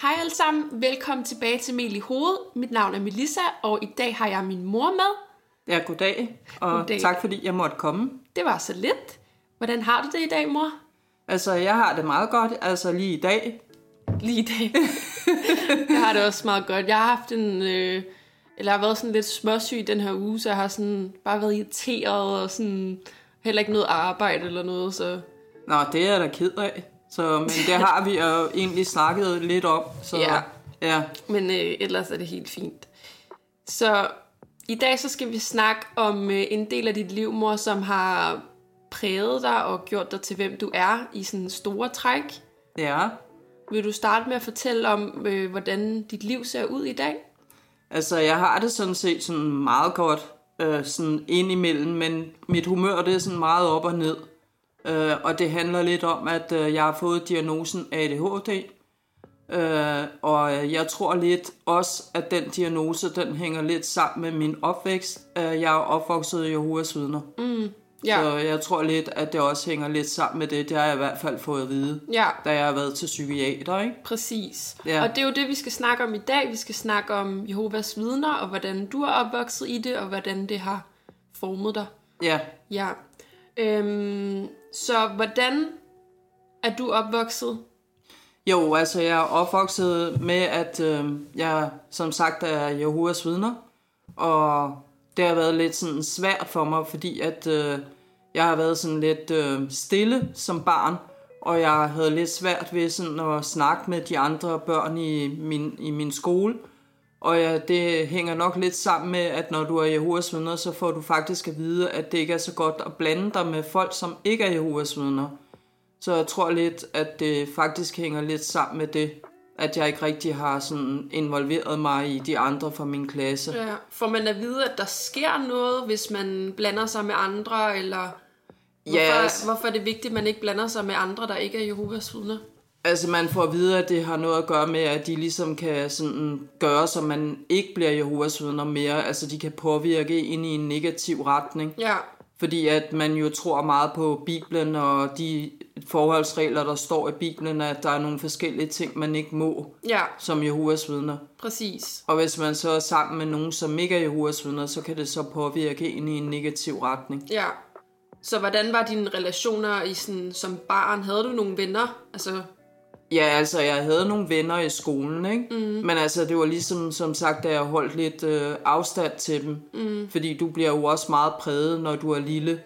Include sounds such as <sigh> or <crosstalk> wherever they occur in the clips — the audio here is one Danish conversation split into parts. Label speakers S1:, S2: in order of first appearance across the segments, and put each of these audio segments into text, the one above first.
S1: Hej alle sammen, velkommen tilbage til Mel i Hovedet. Mit navn er Melissa, og i dag har jeg min mor med.
S2: Ja, goddag, og
S1: Goddag.
S2: goddag. tak fordi jeg måtte komme.
S1: Det var så lidt. Hvordan har du det i dag, mor?
S2: Altså, jeg har det meget godt, altså lige i dag.
S1: Lige i dag. <laughs> jeg har det også meget godt. Jeg har haft en... Øh, eller jeg har været sådan lidt småsyg den her uge, så jeg har sådan bare været irriteret og sådan heller ikke noget arbejde eller noget, så
S2: Nå, det er jeg da ked af. Så, men det har vi jo egentlig snakket lidt om. Så,
S1: Ja.
S2: ja.
S1: Men øh, ellers er det helt fint. Så i dag så skal vi snakke om øh, en del af dit liv, mor, som har præget dig og gjort dig til, hvem du er i sådan store træk.
S2: Ja.
S1: Vil du starte med at fortælle om, øh, hvordan dit liv ser ud i dag?
S2: Altså, jeg har det sådan set sådan meget godt øh, sådan indimellem, men mit humør det er sådan meget op og ned. Øh, og det handler lidt om, at øh, jeg har fået diagnosen ADHD. Øh, og øh, jeg tror lidt også, at den diagnose, den hænger lidt sammen med min opvækst. Øh, jeg er opvokset i Jehovas vidner, mm,
S1: Ja, så.
S2: så jeg tror lidt, at det også hænger lidt sammen med det. Det har jeg i hvert fald fået at vide,
S1: ja
S2: da jeg har været til psykiater, ikke?
S1: præcis. Ja.
S2: Ja.
S1: Og det er jo det, vi skal snakke om i dag. Vi skal snakke om Jehovas vidner, og hvordan du er opvokset i det, og hvordan det har formet dig.
S2: Ja,
S1: Ja. Øhm, så hvordan er du opvokset?
S2: Jo, altså jeg er opvokset med, at øh, jeg som sagt er Jehovas vidner, og det har været lidt sådan svært for mig, fordi at øh, jeg har været sådan lidt øh, stille som barn, og jeg havde lidt svært ved sådan at snakke med de andre børn i min, i min skole. Og ja, det hænger nok lidt sammen med, at når du er Jehovas vidner, så får du faktisk at vide, at det ikke er så godt at blande dig med folk, som ikke er Jehovas vidner. Så jeg tror lidt, at det faktisk hænger lidt sammen med det, at jeg ikke rigtig har sådan involveret mig i de andre fra min klasse.
S1: Ja. Får man at vide, at der sker noget, hvis man blander sig med andre, eller hvorfor,
S2: Yes.
S1: hvorfor er det vigtigt, at man ikke blander sig med andre, der ikke er Jehovas vidner?
S2: Altså man får at vide, at det har noget at gøre med, at de ligesom kan sådan gøre, så man ikke bliver Jehovas vidner mere. Altså de kan påvirke ind i en negativ retning.
S1: Ja,
S2: Fordi at man jo tror meget på Bibelen og de forholdsregler, der står i Bibelen, at der er nogle forskellige ting, man ikke må
S1: ja,
S2: som Jehovas vidner.
S1: præcis.
S2: Og hvis man så er sammen med nogen, som ikke er Jehovas vidner, så kan det så påvirke ind i en negativ retning.
S1: Ja. Så hvordan var dine relationer i sådan, som barn? Havde du nogle venner? Altså,
S2: Ja, altså, jeg havde nogle venner i skolen, ikke? Mm. Men altså, det var ligesom, som sagt, at jeg holdt lidt øh, afstand til dem. Mm. Fordi du bliver jo også meget præget, når du er lille,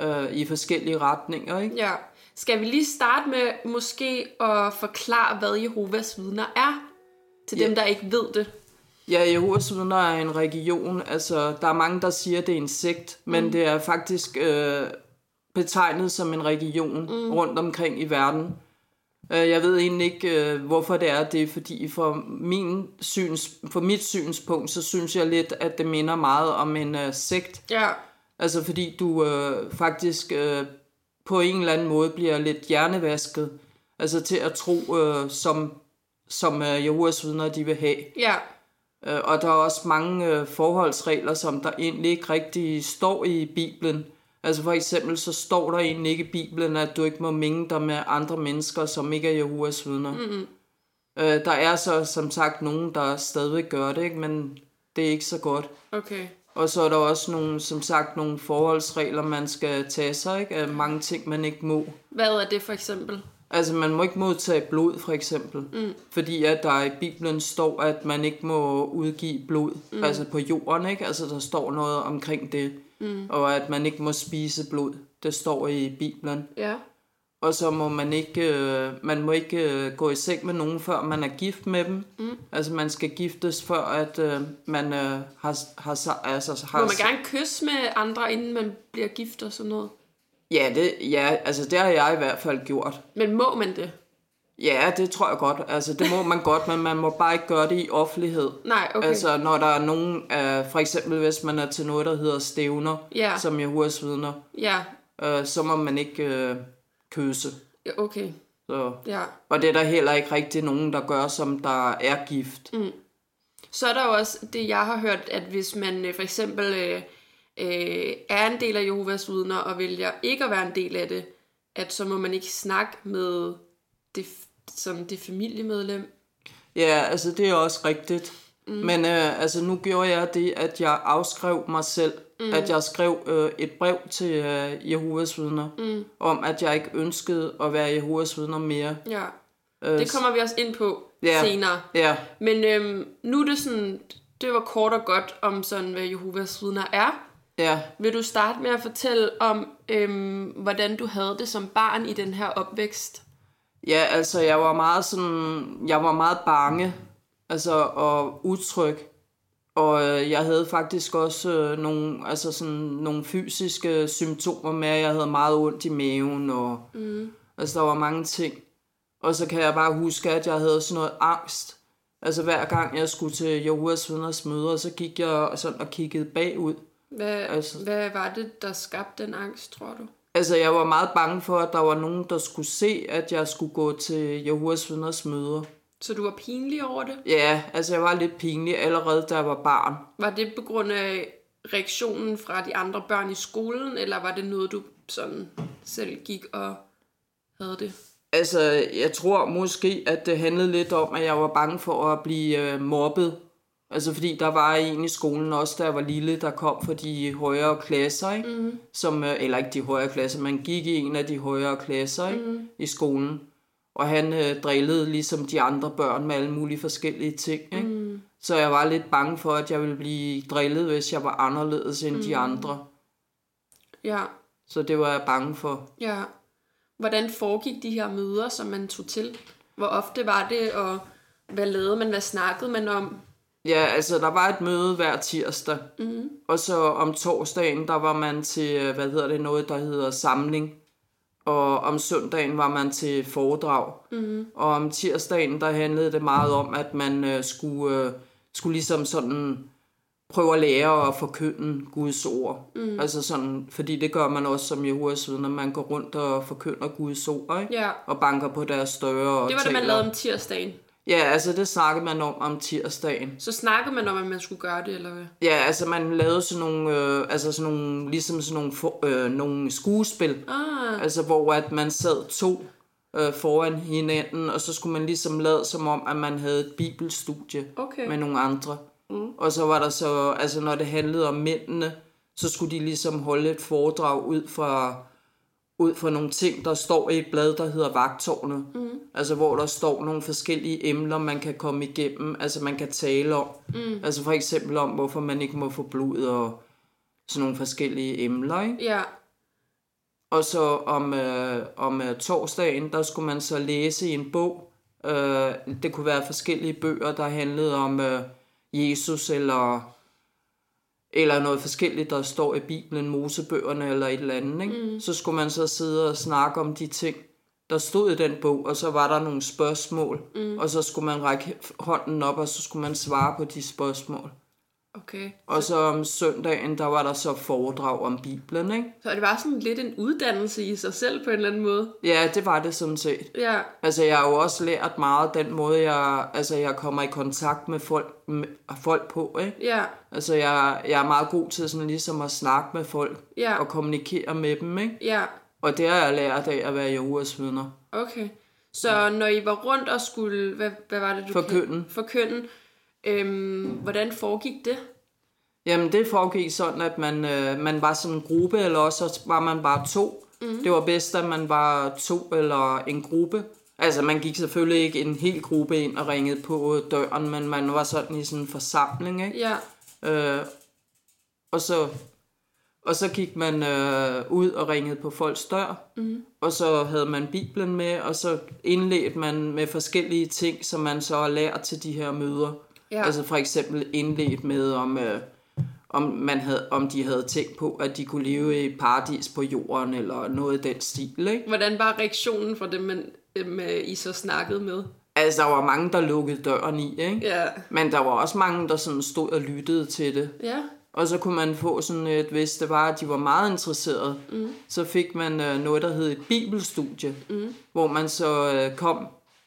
S2: øh, i forskellige retninger, ikke?
S1: ja. Skal vi lige starte med måske at forklare, hvad Jehovas vidner er? Til dem,
S2: Ja.
S1: der ikke ved det.
S2: Ja, Jehovas vidner er en religion. Altså, der er mange, der siger, at det er en sekt, men det er faktisk øh, betegnet som en religion mm. rundt omkring i verden. Øh, Jeg ved egentlig ikke, øh, hvorfor det er det, fordi for, min syns, for mit synspunkt, så synes jeg lidt, at det minder meget om en øh, sekt.
S1: Ja,
S2: Altså fordi du øh, faktisk øh, på en eller anden måde bliver lidt hjernevasket, altså til at tro, øh, som, som øh, Jehovas vidner de vil have.
S1: ja,
S2: Øh, Og der er også mange øh, forholdsregler, som der egentlig ikke rigtig står i Bibelen. Altså for eksempel, så står der egentlig ikke i Bibelen, at du ikke må minge dig med andre mennesker, som ikke er Jehovas vidner. Mm-hmm. Øh, der er så som sagt nogen, der stadigvæk gør det, ikke? men det er ikke så godt.
S1: okay.
S2: Og så er der også nogle, som sagt nogle forholdsregler, man skal tage sig. Ikke? Øh, Mange ting, man ikke må.
S1: Hvad er det for eksempel?
S2: Altså, man må ikke modtage blod, for eksempel. Mm. Fordi at der i Bibelen står, at man ikke må udgive blod. Mm. Altså på jorden, ikke? Altså, der står noget omkring det. Mm. Og at man ikke må spise blod. Det står i Bibelen.
S1: Ja.
S2: Og så må man ikke, øh, man må ikke øh, gå i seng med nogen, før man er gift med dem. Mm. Altså, man skal giftes, før at øh, man øh, har, har, se- altså, har...
S1: Må man gerne kysse med andre, inden man bliver gift og sådan noget?
S2: Ja, det, ja, altså, det har jeg i hvert fald gjort.
S1: Men må man det?
S2: Ja, det tror jeg godt. Altså, det må man godt, men man må bare ikke gøre det i offentlighed.
S1: Nej, okay. Altså,
S2: Altså, når der er nogen, øh, for eksempel hvis man er til noget, der hedder stævner,
S1: Ja.
S2: som Jehovas vidner,
S1: ja,
S2: øh, så må man ikke øh, kysse.
S1: ja, okay.
S2: Så.
S1: Ja.
S2: Og det er der heller ikke rigtig nogen, der gør, som der er gift. Mm.
S1: Så er der jo også det, jeg har hørt, at hvis man øh, for eksempel øh, øh, er en del af Jehovas vidner og vælger ikke at være en del af det, at så må man ikke snakke med det, f- som det familiemedlem.
S2: Ja, altså det er også rigtigt. Mm. Men øh, altså nu gjorde jeg det, at jeg afskrev mig selv. Mm. At jeg skrev øh, et brev til øh, Jehovas vidner, mm. om at jeg ikke ønskede at være Jehovas vidner mere.
S1: Ja. Det kommer vi også ind på
S2: Altså- Ja.
S1: yeah. senere.
S2: Ja,
S1: Men øhm, nu er det sådan, det var kort og godt om sådan, hvad Jehovas vidner er.
S2: ja.
S1: Vil du starte med at fortælle om, øhm, hvordan du havde det som barn i den her opvækst?
S2: Ja, altså jeg var meget sådan, jeg var meget bange, altså og utryg. Og øh, jeg havde faktisk også øh, nogle, altså sådan, nogle fysiske symptomer med, at jeg havde meget ondt i maven, og mm. altså der var mange ting. Og så kan jeg bare huske, at jeg havde sådan noget angst. Altså hver gang jeg skulle til Jehovas vidners møder, så gik jeg sådan og kiggede bagud.
S1: Hvad,
S2: Altså-
S1: altså, hvad var det, der skabte den angst, tror du?
S2: Altså, jeg var meget bange for, at der var nogen, der skulle se, at jeg skulle gå til Jehovas vidners møder.
S1: Så du var pinlig over det?
S2: Ja, altså jeg var lidt pinlig allerede, da jeg var barn.
S1: Var det på grund af reaktionen fra de andre børn i skolen, eller var det noget, du sådan selv gik og havde det?
S2: Altså, jeg tror måske, at det handlede lidt om, at jeg var bange for at blive øh, mobbet. Altså, fordi der var en i skolen også, da jeg var lille, der kom fra de højere klasser, ikke? Mm-hmm. Som, øh, eller ikke de højere klasser, man gik i en af de højere klasser ikke? Mm-hmm. i skolen. Og han øh, drillede ligesom de andre børn med alle mulige forskellige ting, ikke? Mm-hmm. Så jeg var lidt bange for, at jeg ville blive drillet, hvis jeg var anderledes end mm-hmm. de andre.
S1: Ja,
S2: Så det var jeg bange for.
S1: ja. Hvordan foregik de her møder, som man tog til? Hvor ofte var det, og hvad lavede man, hvad snakkede man om?
S2: Ja, altså der var et møde hver tirsdag,
S1: Mhm.
S2: mm. og så om torsdagen, der var man til, øh, hvad hedder det, noget der hedder samling, og om søndagen var man til foredrag,
S1: Mhm.
S2: mm. og om tirsdagen, der handlede det meget om, at man øh, skulle, øh, skulle ligesom sådan prøve at lære at forkynde Guds ord.
S1: Mhm.
S2: Mm. Altså sådan, fordi det gør man også som Jehovas vidner, man går rundt og forkynder Guds ord, ikke?
S1: Ja.
S2: og banker på deres døre og
S1: Det var det, man
S2: taler.
S1: lavede om tirsdagen.
S2: Ja, altså det snakkede man om om tirsdagen.
S1: Så snakkede man om, at man skulle gøre det, eller hvad?
S2: Ja, altså man lavede sådan nogle, øh, altså sådan nogle, ligesom sådan nogle, for, øh, nogle skuespil,
S1: Ah,
S2: altså hvor at man sad to øh, foran hinanden, og så skulle man ligesom lade som om, at man havde et bibelstudie
S1: Okay.
S2: med nogle andre. Mm. Og så var der så, altså når det handlede om mændene, så skulle de ligesom holde et foredrag ud fra, ud fra nogle ting, der står i et blad, der hedder Vagtårnet. Mm. Altså hvor der står nogle forskellige emner, man kan komme igennem, altså man kan tale om. Mm. Altså for eksempel om, hvorfor man ikke må få blod og sådan nogle forskellige emner, ikke?
S1: ja.
S2: Og så om, øh, om øh, torsdagen, der skulle man så læse i en bog. Øh, det kunne være forskellige bøger, der handlede om øh, Jesus eller, eller noget forskelligt, der står i Bibelen, Mosebøgerne eller et eller andet. Ikke? Mm. Så skulle man så sidde og snakke om de ting, der stod i den bog, og så var der nogle spørgsmål, mm. og så skulle man række hånden op, og så skulle man svare på de spørgsmål.
S1: Okay.
S2: Og så om søndagen, der var der så foredrag om Bibelen, ikke?
S1: Så det var sådan lidt en uddannelse i sig selv på en eller anden måde.
S2: Ja, det var det sådan set.
S1: Ja,
S2: Altså, jeg har jo også lært meget den måde, jeg, altså, jeg kommer i kontakt med folk, med folk på, ikke?
S1: ja,
S2: Altså, jeg, jeg er meget god til sådan ligesom at snakke med folk
S1: Ja.
S2: og kommunikere med dem, ikke?
S1: ja.
S2: Og det har jeg lært af at være Jehovas vidner.
S1: Okay. Så når I var rundt og skulle, hvad, hvad var det, du
S2: Forkynde.
S1: kaldte- Forkynde. Øhm, hvordan foregik det?
S2: Jamen, det foregik sådan, at man, øh, man var sådan en gruppe, eller også var man bare to. Mm. Det var bedst, at man var to eller en gruppe. Altså, man gik selvfølgelig ikke en hel gruppe ind og ringede på øh, døren, men man var sådan i sådan en forsamling, ikke?
S1: Ja,
S2: Øh, og, så, og så gik man øh, ud og ringede på folks dør, mm.
S1: Mhm.
S2: og så havde man Bibelen med, og så indledte man med forskellige ting, som man så har lært til de her møder.
S1: Ja.
S2: Altså for eksempel indledt med, om, øh, om, man havde, om de havde tænkt på, at de kunne leve i paradis på jorden, eller noget i den stil. Ikke?
S1: hvordan var reaktionen fra dem, man, dem, øh, I så snakkede med?
S2: Altså der var mange, der lukkede døren i, ikke?
S1: Ja.
S2: men der var også mange, der sådan stod og lyttede til det.
S1: Ja,
S2: Og så kunne man få sådan et, hvis det var, at de var meget interesserede, mm. så fik man øh, noget, der hed et bibelstudie, mm. hvor man så øh, kom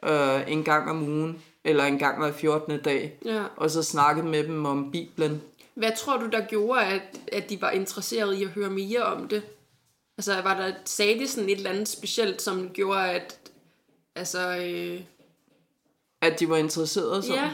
S2: øh, en gang om ugen, eller en gang hver 14. dag,
S1: ja.
S2: og så snakkede med dem om Bibelen.
S1: Hvad tror du, der gjorde, at, at de var interesserede i at høre mere om det? Altså, var der, sagde de sådan et eller andet specielt, som gjorde, at altså, øh,
S2: At de var interesserede sådan?
S1: Ja.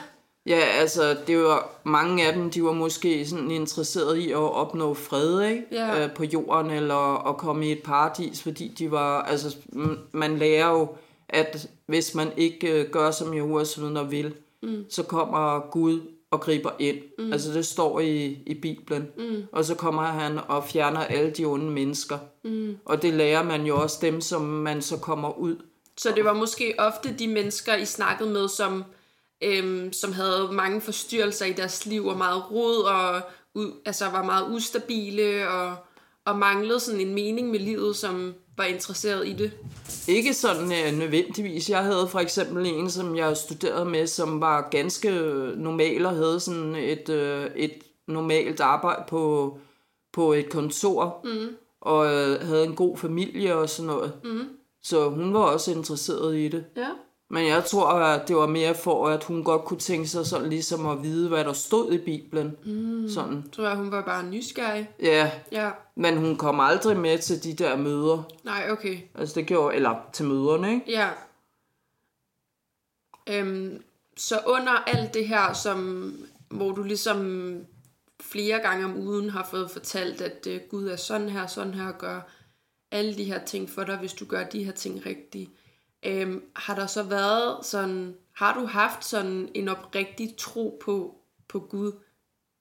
S2: Ja, altså, det var mange af dem, de var måske sådan interesserede i at opnå fred, ikke?
S1: Ja.
S2: Øh, på jorden, eller at komme i et paradis, fordi de var, altså, m- man lærer jo, at hvis man ikke øh, gør, som Jehovas vidner vil, mm. så kommer Gud og griber ind. Mm. Altså, det står i, i Bibelen. Mm. Og så kommer han og fjerner alle de onde mennesker. Mm. Og det lærer man jo også dem, som man så kommer ud.
S1: Så det var måske ofte de mennesker, I snakkede med, som, øhm, som havde mange forstyrrelser i deres liv, og meget rod, og u- altså var meget ustabile, og, og manglede sådan en mening med livet, som var interesseret i det.
S2: Ikke sådan øh, nødvendigvis. Jeg havde for eksempel en, som jeg studerede med, som var ganske øh, normal og havde sådan et, øh, et normalt arbejde på, på et kontor. Mm. Og øh, havde en god familie og sådan noget. Mm. Så hun var også interesseret i det.
S1: Ja.
S2: Men jeg tror, at det var mere for, at hun godt kunne tænke sig sådan ligesom at vide, hvad der stod i Bibelen. Mm. Sådan.
S1: Tror jeg, hun var bare nysgerrig.
S2: Ja,
S1: Ja.
S2: men hun kom aldrig med til de der møder.
S1: Nej, okay.
S2: Altså det gjorde, eller til møderne, ikke?
S1: Ja. Øhm, så under alt det her, som, hvor du ligesom flere gange om ugen har fået fortalt, at øh, Gud er sådan her, sådan her, og gør alle de her ting for dig, hvis du gør de her ting rigtigt. Øhm, har der så været sådan, har du haft sådan en oprigtig tro på, på Gud?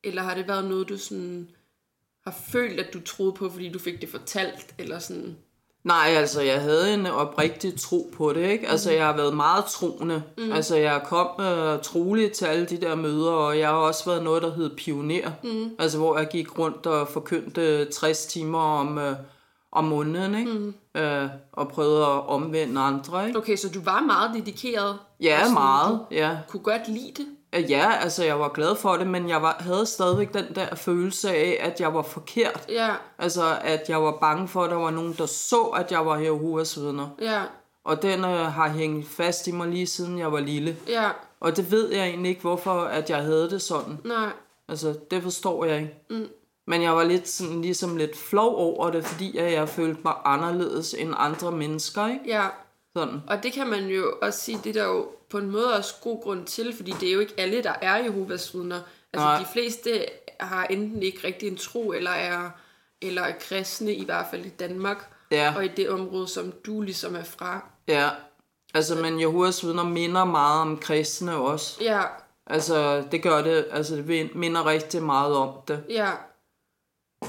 S1: Eller har det været noget, du sådan har følt, at du troede på, fordi du fik det fortalt? Eller sådan,
S2: Nej, altså jeg havde en oprigtig tro på det, ikke? Altså
S1: Mhm.
S2: jeg har været meget troende. Mm. Altså jeg kom øh, troligt til alle de der møder, og jeg har også været noget, der hed pioner. Mm.
S1: Mhm.
S2: Altså hvor jeg gik rundt og forkyndte 60 timer om, øh, om måneden, ikke? Mm. Øh, og prøvede at omvende andre, ikke?
S1: okay, så Mhm. du var meget dedikeret? og
S2: Ja,
S1: sådan,
S2: meget, ja.
S1: kunne godt lide det.
S2: Øh, Ja, altså jeg var glad for det, men jeg var, havde stadigvæk den der følelse af, at jeg var forkert.
S1: Ja,
S2: Altså at jeg var bange for, at der var nogen, der så, at jeg var Jehovas vidner.
S1: ja,
S2: Og den øh, har hængt fast i mig lige siden jeg var lille.
S1: ja,
S2: Og det ved jeg egentlig ikke, hvorfor at jeg havde det sådan.
S1: nej,
S2: Altså, det forstår jeg ikke. Mm. Men jeg var lidt sådan, ligesom lidt flov over det, fordi at jeg følte mig anderledes end andre mennesker, ikke?
S1: ja.
S2: Sådan.
S1: Og det kan man jo også sige, det er der jo på en måde også god grund til, fordi det er jo ikke alle, der er Jehovas vidner. Altså
S2: Nej.
S1: de fleste har enten ikke rigtig en tro, eller er, eller er kristne, i hvert fald i Danmark,
S2: Ja.
S1: og i det område, som du ligesom er fra.
S2: Ja. Altså, men Jehovas vidner minder meget om kristne også.
S1: Ja,
S2: Altså, det gør det. Altså, det minder rigtig meget om det.
S1: ja,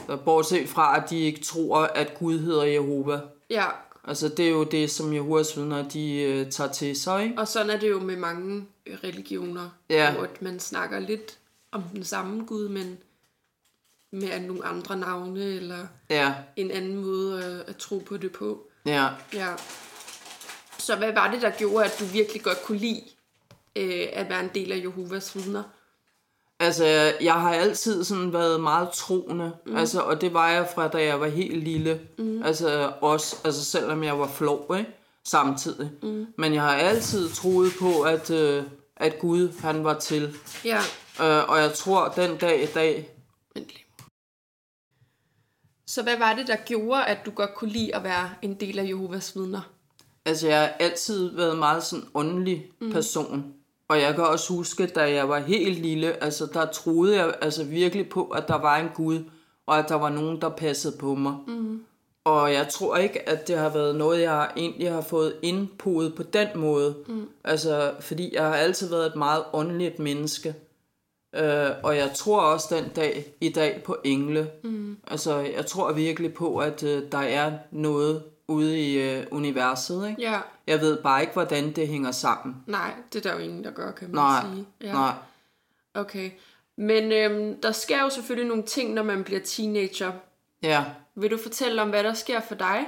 S2: Så Bortset fra, at de ikke tror, at Gud hedder Jehova.
S1: ja.
S2: Altså, det er jo det, som Jehovas vidner, de øh, tager til sig, ikke?
S1: Og sådan er det jo med mange øh, religioner,
S2: Ja.
S1: hvor at man snakker lidt om den samme Gud, men med nogle andre navne, eller...
S2: Ja,
S1: en anden måde at, at tro på det på.
S2: ja.
S1: Ja. Så hvad var det, der gjorde, at du virkelig godt kunne lide øh, at være en del af Jehovas vidner?
S2: Altså, jeg har altid sådan været meget troende, mm. altså, og det var jeg fra, da jeg var helt lille. Mm. Altså, også, altså, selvom jeg var flov, ikke? Samtidig. Mm. Men jeg har altid troet på, at, øh, at Gud, han var til.
S1: Ja.
S2: Øh, og jeg tror, den dag i dag,
S1: Vent lige. Så hvad var det, der gjorde, at du godt kunne lide at være en del af Jehovas vidner?
S2: Altså, jeg har altid været meget sådan åndelig person. Og jeg kan også huske, da jeg var helt lille, altså der troede jeg altså virkelig på, at der var en Gud, og at der var nogen, der passede på mig. Mm. Og jeg tror ikke, at det har været noget, jeg egentlig har fået indpodet på den måde. Mm. Altså, fordi jeg har altid været et meget åndeligt menneske. Øh, og jeg tror også den dag i dag på engle. Mm. Altså, jeg tror virkelig på, at øh, der er noget ude i øh, universet, ikke?
S1: Ja.
S2: Jeg ved bare ikke, hvordan det hænger sammen.
S1: Nej, det er der jo ingen, der gør, kan man
S2: Nej,
S1: sige.
S2: ja. nej.
S1: Okay. Men øhm, der sker jo selvfølgelig nogle ting, når man bliver teenager.
S2: Ja.
S1: Vil du fortælle om, hvad der sker for dig?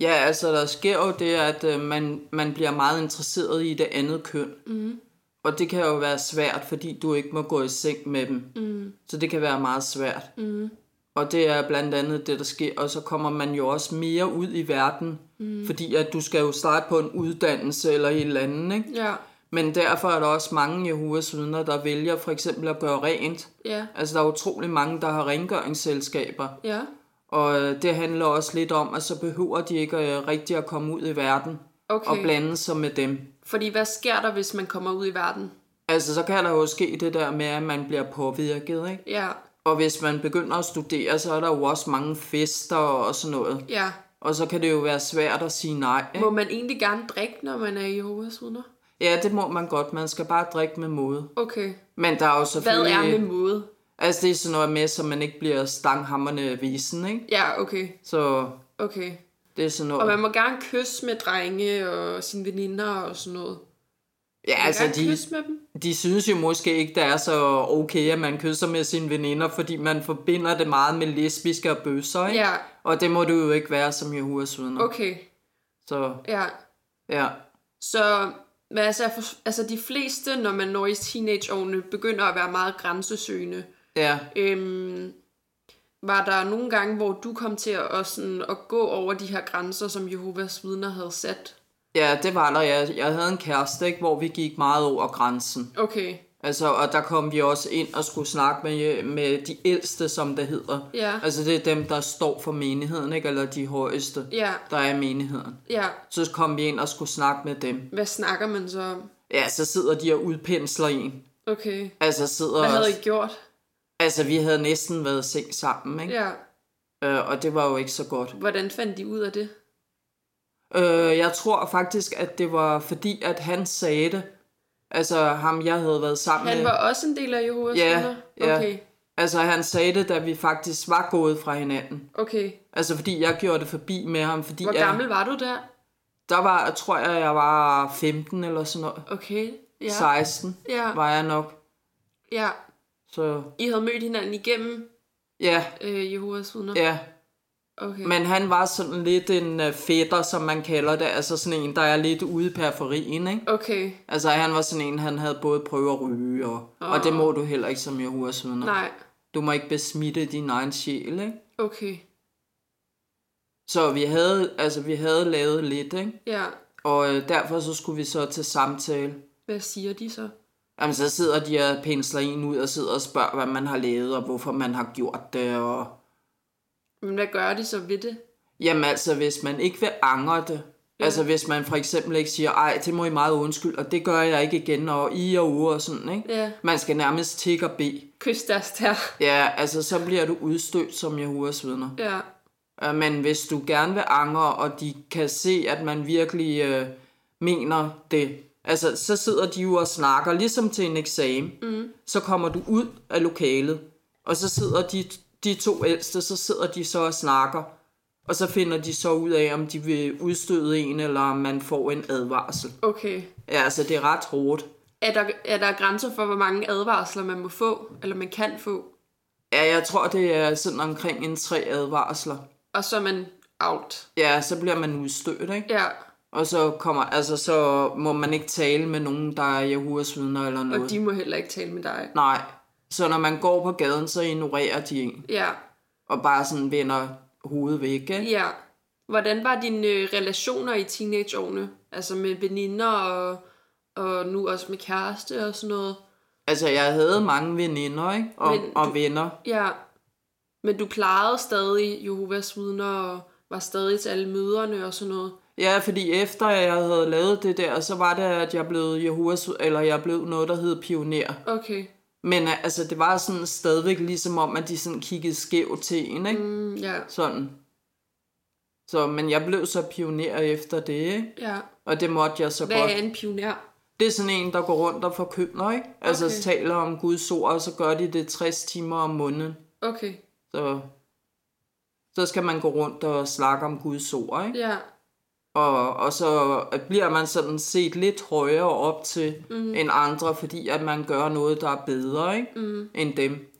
S2: ja, altså der sker jo det, at øh, man, man bliver meget interesseret i det andet køn. Mm. Og det kan jo være svært, fordi du ikke må gå i seng med dem. Mm. Så det kan være meget svært. Mm. Og det er blandt andet det, der sker. Og så kommer man jo også mere ud i verden. Mm. Fordi at du skal jo starte på en uddannelse eller et eller andet, ikke?
S1: Ja.
S2: Men derfor er der også mange Jehovas vidner, der vælger for eksempel at gøre rent.
S1: Ja.
S2: Altså, der er utrolig mange, der har rengøringsselskaber.
S1: Ja.
S2: Og øh, det handler også lidt om, at så behøver de ikke øh, rigtig at komme ud i verden.
S1: Okay.
S2: og blande sig med dem.
S1: Fordi hvad sker der, hvis man kommer ud i verden?
S2: Altså, så kan der jo ske det der med, at man bliver påvirket, ikke?
S1: Ja,
S2: Og hvis man begynder at studere, så er der jo også mange fester og sådan noget.
S1: ja.
S2: Og så kan det jo være svært at sige nej, ikke?
S1: Må man egentlig gerne drikke, når man er i Jehovas vidner?
S2: Ja, det må man godt. Man skal bare drikke med måde.
S1: Okay.
S2: Men der er jo
S1: Hvad
S2: selvfølgelig...
S1: er med måde?
S2: Altså, det er sådan noget med, så man ikke bliver stanghammerne visen, ikke?
S1: Ja, okay.
S2: Så
S1: Okay.
S2: det er sådan
S1: Og
S2: noget...
S1: man må gerne kysse med drenge og sine veninder og sådan noget.
S2: Ja,
S1: Man
S2: altså,
S1: må gerne
S2: de,
S1: kysse med dem.
S2: de synes jo måske ikke, det er så okay, at man kysser med sine veninder, fordi man forbinder det meget med lesbiske og bøsser, ikke?
S1: Ja,
S2: Og det må du jo ikke være som Jehovas vidner. Okay.
S1: okay.
S2: Så
S1: Ja.
S2: ja,
S1: Så men altså, jeg for- altså de fleste, når man når i teenageårene, begynder at være meget grænsesøgende.
S2: ja.
S1: Øhm, var der nogle gange, hvor du kom til at, at, sådan, at gå over de her grænser, som Jehovas vidner havde sat?
S2: Ja, det var der. Jeg, jeg havde en kæreste, ikke, hvor vi gik meget over grænsen.
S1: Okay,
S2: Altså, og der kom vi også ind og skulle snakke med, med de ældste, som det hedder.
S1: Ja.
S2: Altså, det er dem, der står for menigheden, ikke? Eller de højeste,
S1: ja,
S2: der er i menigheden.
S1: ja.
S2: Så kom vi ind og skulle snakke med dem.
S1: Hvad snakker man så om?
S2: Ja, så sidder de og udpensler en.
S1: Okay.
S2: Altså, sidder
S1: Hvad havde
S2: også-
S1: I gjort?
S2: Altså, vi havde næsten været i seng sammen, ikke?
S1: Ja.
S2: Øh, og det var jo ikke så godt.
S1: Hvordan fandt de ud af det?
S2: Øh, jeg tror faktisk, at det var fordi, at han sagde det. Altså, ham jeg havde været sammen
S1: Han
S2: med.
S1: var også en del af Jehovas
S2: Ja,
S1: vidner?
S2: ja.
S1: Okay,
S2: Altså, han sagde det, da vi faktisk var gået fra hinanden.
S1: okay.
S2: Altså, fordi jeg gjorde det forbi med ham, fordi
S1: Hvor
S2: jeg,
S1: gammel var du der?
S2: der var, tror jeg, jeg var 15 eller sådan noget.
S1: Okay, ja.
S2: Ja. 16
S1: Ja,
S2: var jeg nok.
S1: ja.
S2: Så
S1: I havde mødt hinanden igennem
S2: ja,
S1: øh, Jehovas vidner?
S2: ja.
S1: Okay.
S2: Men han var sådan lidt en øh, fætter, som man kalder det. Altså sådan en, der er lidt ude i periferien, ikke?
S1: Okay,
S2: Altså, han var sådan en, han havde både prøvet at ryge, og, oh. og det må du heller ikke som Jehovas vidner.
S1: nej.
S2: Du må ikke besmitte din egen sjæl, ikke?
S1: Okay,
S2: Så vi havde, altså, vi havde lavet lidt, ikke?
S1: ja.
S2: Og øh, derfor så skulle vi så til samtale.
S1: Hvad siger de så?
S2: Jamen, så sidder de og pensler en ud og sidder og spørger, hvad man har lavet, og hvorfor man har gjort det, og...
S1: Men hvad gør de så ved det?
S2: Jamen altså, hvis man ikke vil angre det, ja. altså hvis man for eksempel ikke siger, ej, det må I meget undskylde, og det gør jeg ikke igen, og I og uge og sådan, ikke?
S1: Ja.
S2: Man skal nærmest tikke og bede.
S1: Kys deres tær.
S2: Ja, altså så bliver du udstødt som Jehovas vidner.
S1: Ja,
S2: Øh, Men hvis du gerne vil angre, og de kan se, at man virkelig øh, mener det, altså så sidder de jo og snakker, ligesom til en eksamen. Mm. Så kommer du ud af lokalet, og så sidder de, de to ældste, så sidder de så og snakker. Og så finder de så ud af, om de vil udstøde en, eller om man får en advarsel.
S1: okay.
S2: Ja, altså det er ret hårdt.
S1: Er der, er der grænser for, hvor mange advarsler man må få, eller man kan få,
S2: Ja, jeg tror, det er sådan omkring en tre advarsler.
S1: og så er man out?
S2: Ja, så bliver man udstødt, ikke?
S1: Ja,
S2: Og så kommer, altså så må man ikke tale med nogen, der er Jehovas vidner eller
S1: og
S2: noget.
S1: de må heller ikke tale med dig.
S2: Nej. Så når man går på gaden, så ignorerer de en.
S1: Ja,
S2: Og bare sådan vender hovedet væk, ikke?
S1: ja. Hvordan var dine øh, relationer i teenageårene? Altså med veninder og, og nu også med kæreste og sådan noget?
S2: Altså, jeg havde mange veninder, ikke? Og,
S1: Men
S2: og venner.
S1: Ja. Men du plejede stadig Jehovas vidner og var stadig til alle møderne og sådan noget?
S2: Ja, fordi efter jeg havde lavet det der, så var det, at jeg blev Jehovas, eller jeg blev noget, der hed pioner.
S1: Okay.
S2: Men øh, altså, det var sådan stadigvæk ligesom om, at de sådan kiggede skævt til en, ikke? Mm.
S1: Mm, ja,
S2: Sådan. Så, men jeg blev så pioner efter det, ikke?
S1: ja.
S2: Og det måtte jeg så
S1: Hvad
S2: godt.
S1: er en pioner?
S2: Det er sådan en, der går rundt og forkynder, ikke? Altså
S1: Okay.
S2: taler om Guds ord, og så gør de det 60 timer om måneden.
S1: Okay,
S2: Så, så skal man gå rundt og snakke om Guds ord, ikke?
S1: ja.
S2: Og, og så bliver man sådan set lidt højere op til
S1: Mhm.
S2: mm. end andre, fordi at man gør noget, der er bedre, ikke? Mm.
S1: Mhm.
S2: End dem.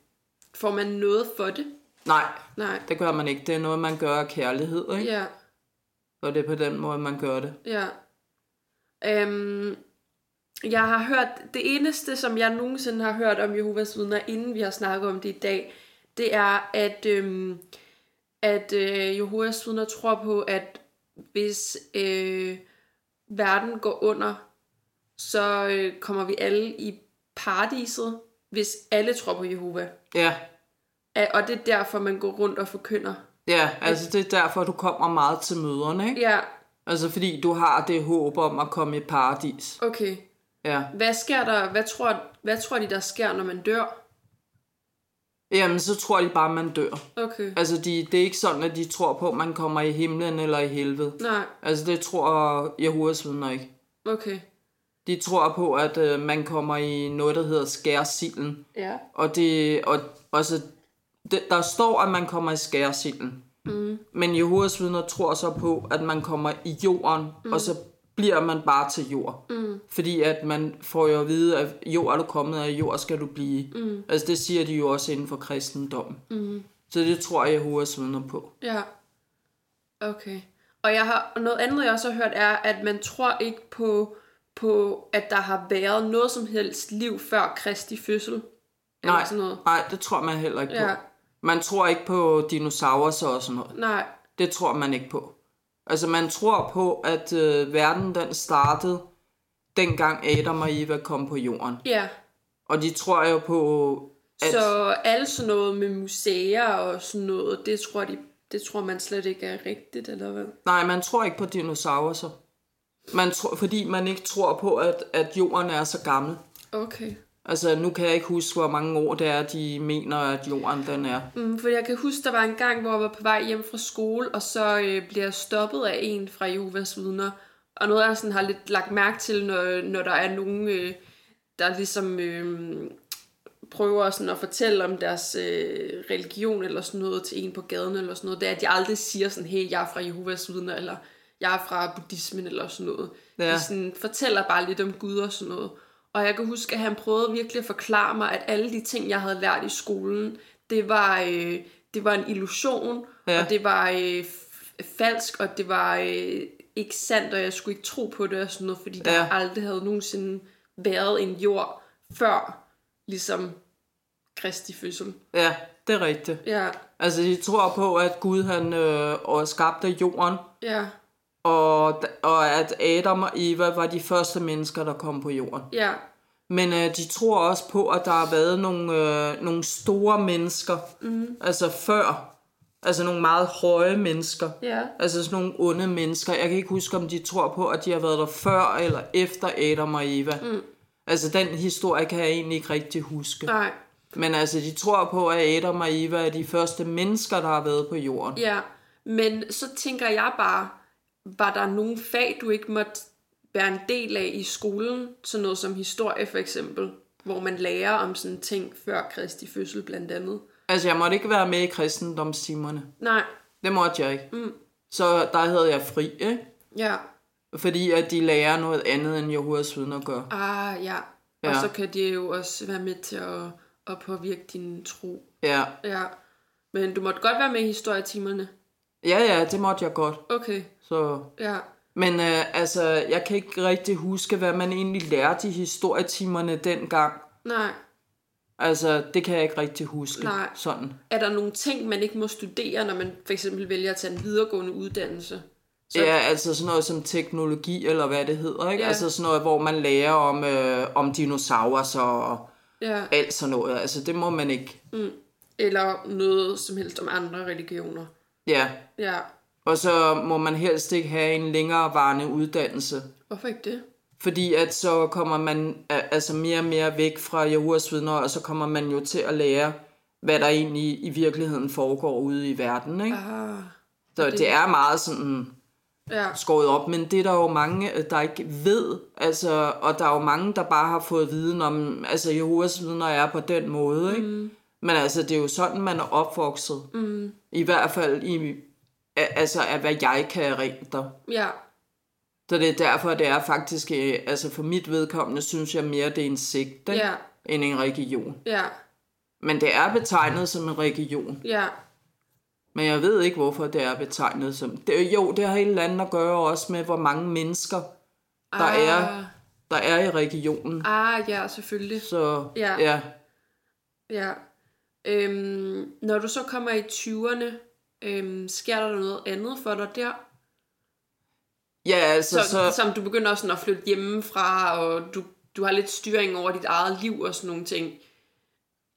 S1: Får man noget for det?
S2: Nej,
S1: Nej.
S2: det gør man ikke. Det er noget, man gør af kærlighed, ikke?
S1: Ja,
S2: Og det er på den måde, man gør det.
S1: ja. Øhm, jeg har hørt, det eneste, som jeg nogensinde har hørt om Jehovas vidner, inden vi har snakket om det i dag, det er, at, øhm, at øh, Jehovas vidner tror på, at hvis øh, verden går under, så øh, kommer vi alle i paradiset, hvis alle tror på Jehova.
S2: Ja,
S1: Ah, Og det er derfor, man går rundt og forkynder.
S2: ja altså det er derfor, du kommer meget til møderne, ikke?
S1: Ja,
S2: Altså fordi du har det håb om at komme i paradis.
S1: Okay.
S2: Ja.
S1: Hvad sker der? Hvad tror, hvad tror de, der sker, når man dør?
S2: Jamen, så tror de bare, man dør.
S1: Okay.
S2: Altså, de, det er ikke sådan, at de tror på, at man kommer i himlen eller i helvede.
S1: Nej,
S2: Altså, det tror Jehovas vidner ikke.
S1: okay.
S2: De tror på, at øh, man kommer i noget, der hedder skærsilden.
S1: Ja.
S2: Og det, og, altså, det, der står, at man kommer i skærsilden. Mm. Men Jehovas vidner tror så på, at man kommer i jorden, mm. og så bliver man bare til jord. Mm. Fordi at man får jo at vide, at jord er du kommet af, jord skal du blive. Mm. Altså det siger de jo også inden for kristendommen. Mm. Så det tror Jehovas vidner på.
S1: Ja. Okay. Og jeg har, og noget andet, jeg også har hørt, er, at man tror ikke på, på, at der har været noget som helst liv før Kristi fødsel. Eller
S2: Nej,
S1: sådan noget.
S2: nej, det tror man heller ikke
S1: Ja.
S2: på. Man tror ikke på dinosaurer så og sådan noget.
S1: Nej.
S2: Det tror man ikke på. Altså man tror på, at øh, verden den startede, dengang Adam og Eva kom på jorden.
S1: Ja.
S2: Og de tror jo på, at...
S1: Så alt sådan noget med museer og sådan noget, det tror, de, det tror man slet ikke er rigtigt, eller hvad?
S2: Nej, man tror ikke på dinosaurer så. Man tror, fordi man ikke tror på, at, at jorden er så gammel.
S1: Okay.
S2: Altså nu kan jeg ikke huske, hvor mange år det er, de mener, at jorden den er.
S1: Mm, for jeg kan huske, der var en gang, hvor jeg var på vej hjem fra skole, og så øh, bliver jeg stoppet af en fra Jehovas vidner. Og noget, jeg sådan har lidt lagt mærke til, når, når der er nogen, øh, der ligesom øh, prøver sådan at fortælle om deres øh, religion eller sådan noget til en på gaden eller sådan noget, det er, at de aldrig siger sådan, hey, jeg er fra Jehovas vidner, eller jeg er fra buddhismen eller sådan noget.
S2: Ja.
S1: De sådan fortæller bare lidt om Gud og sådan noget. Og jeg kan huske, at han prøvede virkelig at forklare mig, at alle de ting, jeg havde lært i skolen, det var, øh, det var en illusion,
S2: Ja.
S1: og det var øh, f- falsk, og det var øh, ikke sandt, og jeg skulle ikke tro på det og sådan noget, fordi der
S2: Ja.
S1: aldrig havde nogensinde været en jord før, ligesom Kristi fødsel.
S2: Ja, det er rigtigt.
S1: Ja,
S2: Altså de tror på, at Gud han øh, og skabte jorden,
S1: ja,
S2: og, og at Adam og Eva var de første mennesker, der kom på jorden.
S1: ja,
S2: Men øh, de tror også på, at der har været nogle, øh, nogle store mennesker, mm. altså før, altså nogle meget høje mennesker,
S1: ja,
S2: altså sådan nogle onde mennesker. Jeg kan ikke huske, om de tror på, at de har været der før eller efter Adam og Eva. Mm. Altså den historie kan jeg egentlig ikke rigtig huske.
S1: nej,
S2: Men altså, de tror på, at Adam og Eva er de første mennesker, der har været på jorden.
S1: ja. Men så tænker jeg bare, var der nogen fag, du ikke måtte være en del af i skolen? Sådan noget som historie for eksempel, hvor man lærer om sådan ting før Kristi fødsel blandt andet.
S2: Altså, jeg måtte ikke være med i kristendomstimerne.
S1: Nej,
S2: Det måtte jeg ikke. Mm. Så der havde jeg fri, ikke?
S1: ja,
S2: Fordi at de lærer noget andet, end Jehovas vidner gør.
S1: ah ja. Og
S2: Ja.
S1: så kan det jo også være med til at, at påvirke din tro.
S2: Ja.
S1: Ja, men du måtte godt være med i historietimerne.
S2: ja, ja, det måtte jeg godt.
S1: Okay,
S2: Så.
S1: ja,
S2: Men øh, altså, jeg kan ikke rigtig huske, hvad man egentlig lærte i historietimerne dengang.
S1: nej.
S2: Altså, det kan jeg ikke rigtig huske.
S1: Nej.
S2: Sådan.
S1: Er der nogle ting, man ikke må studere, når man for eksempel vælger at tage en videregående uddannelse? Så,
S2: Ja, altså sådan noget som teknologi, eller hvad det hedder, ikke?
S1: Ja.
S2: Altså sådan noget, hvor man lærer om, øh, om dinosaurer så og
S1: ja.
S2: alt sådan noget. Altså, det må man ikke.
S1: Eller noget som helst om andre religioner.
S2: Ja.
S1: Ja,
S2: Og så må man helst ikke have en længerevarende uddannelse.
S1: hvorfor ikke det?
S2: Fordi at så kommer man al- altså mere og mere væk fra Jehovas vidner, og så kommer man jo til at lære, hvad der egentlig i virkeligheden foregår ude i verden. Ikke?
S1: Ah,
S2: Så det er meget sådan
S1: ja,
S2: skåret op, men det er der jo mange, øh, der ikke ved, altså, og der er jo mange, der bare har fået viden om, altså Jehovas vidner er på den måde. Ikke? Mm. Men altså, det er jo sådan, man er opvokset. Mm. I hvert fald i, a- altså, af hvad jeg kan erindre.
S1: ja,
S2: Så det er derfor, det er faktisk, øh, altså for mit vedkommende, synes jeg mere, det er en sigt ikke?
S1: Ja.
S2: end en religion.
S1: ja,
S2: Men det er betegnet som en religion.
S1: ja,
S2: Men jeg ved ikke, hvorfor det er betegnet som... Det, jo, det har et eller andet at gøre også med, hvor mange mennesker, der,
S1: Ah.
S2: er, der er i regionen.
S1: ah, ja, selvfølgelig.
S2: Så
S1: Ja.
S2: ja.
S1: Ja. Øhm, når du så kommer i 20'erne, øhm, sker der noget andet for dig der?
S2: Ja, altså,
S1: Så, så...
S2: så,
S1: Som du begynder sådan at flytte hjemmefra, og du, du har lidt styring over dit eget liv og sådan nogle ting.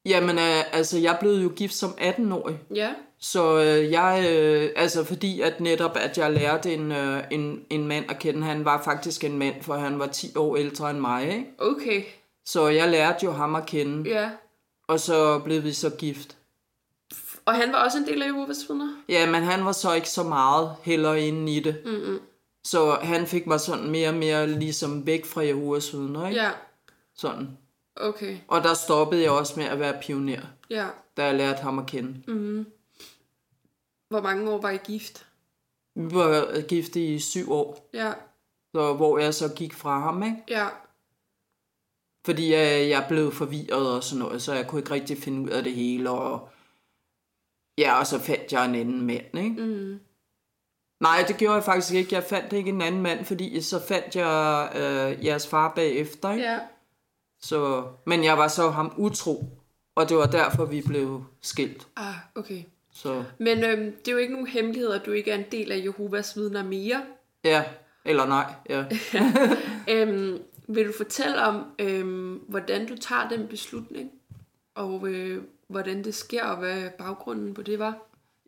S2: jamen, øh, altså, jeg blev jo gift som 18-årig,
S1: Ja,
S2: Så øh, jeg, øh, altså fordi at netop, at jeg lærte en, øh, en, en mand at kende, han var faktisk en mand, for han var 10 år ældre end mig, ikke?
S1: Okay,
S2: Så jeg lærte jo ham at kende,
S1: ja.
S2: og så blev vi så gift.
S1: Og han var også en del af Jehovas vidner?
S2: Ja, men han var så ikke så meget heller inde i det. Mm-hmm. Så han fik mig sådan mere og mere ligesom væk fra Jehovas vidner, ikke?
S1: Ja,
S2: Sådan.
S1: okay,
S2: Og der stoppede jeg også med at være pioner,
S1: ja. mm-hmm.
S2: da jeg lærte ham at kende. Mm.
S1: Hvor mange år var I gift?
S2: Vi var gift i syv år,
S1: Ja,
S2: så, hvor jeg så gik fra ham, ikke?
S1: ja,
S2: Fordi øh, jeg, jeg blev forvirret og sådan noget, så jeg kunne ikke rigtig finde ud af det hele, og ja, og så fandt jeg en anden mand, ikke? Mm. Nej, det gjorde jeg faktisk ikke. Jeg fandt ikke en anden mand, fordi så fandt jeg øh, jeres far bagefter, ikke?
S1: ja.
S2: Så, men jeg var så ham utro, og det var derfor, vi blev skilt.
S1: Ah, okay.
S2: Så
S1: Men øhm, det er jo ikke nogen hemmelighed, at du ikke er en del af Jehovas vidner mere.
S2: ja, eller nej,
S1: <laughs>
S2: ja.
S1: Øhm, vil du fortælle om, øhm, hvordan du tager den beslutning, og øh, hvordan det sker, og hvad baggrunden på det var?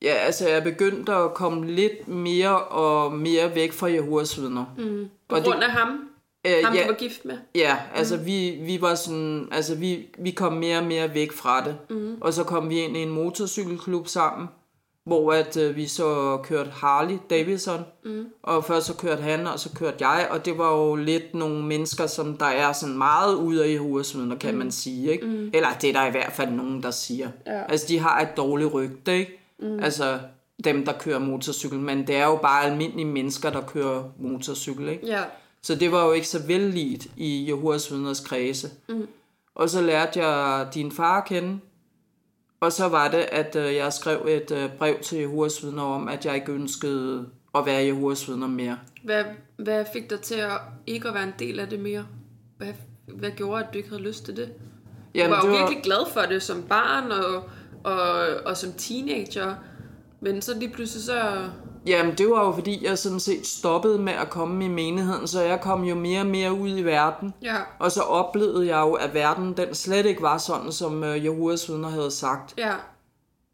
S2: Ja, altså jeg begyndte at komme lidt mere og mere væk fra Jehovas vidner. Mm.
S1: På og grund af ham?
S2: øh,
S1: Ham,
S2: ja,
S1: du var gift med?
S2: Ja, altså mm. vi, vi var sådan, altså vi, vi kom mere og mere væk fra det. Mm. Og så kom vi ind i en motorcykelklub sammen, hvor at øh, vi så kørte Harley Davidson. Mm. Og først så kørte han, og så kørte jeg, og det var jo lidt nogle mennesker, som der er sådan meget ude af Jehovas vidner, kan mm. man sige, ikke? Mm. Eller det er der i hvert fald nogen, der siger.
S1: Ja.
S2: Altså de har et dårligt rygte, ikke? Mm. Altså dem, der kører motorcykel, men det er jo bare almindelige mennesker, der kører motorcykel, ikke?
S1: Ja,
S2: Så det var jo ikke så vellidt i Jehovas vidners kredse. Mm. Og så lærte jeg din far at kende. Og så var det, at øh, jeg skrev et øh, brev til Jehovas vidner om, at jeg ikke ønskede at være Jehovas vidner mere.
S1: hvad, hvad fik dig til at ikke at være en del af det mere? Hvad, hvad gjorde, at du ikke havde lyst til det? Jamen, du var jo virkelig glad for det som barn og, og, og som teenager, men så lige pludselig så...
S2: Jamen, det var jo fordi, jeg sådan set stoppede med at komme i menigheden, så jeg kom jo mere og mere ud i verden.
S1: Ja,
S2: Og så oplevede jeg jo, at verden den slet ikke var sådan, som øh, Jehovas vidner havde sagt.
S1: ja,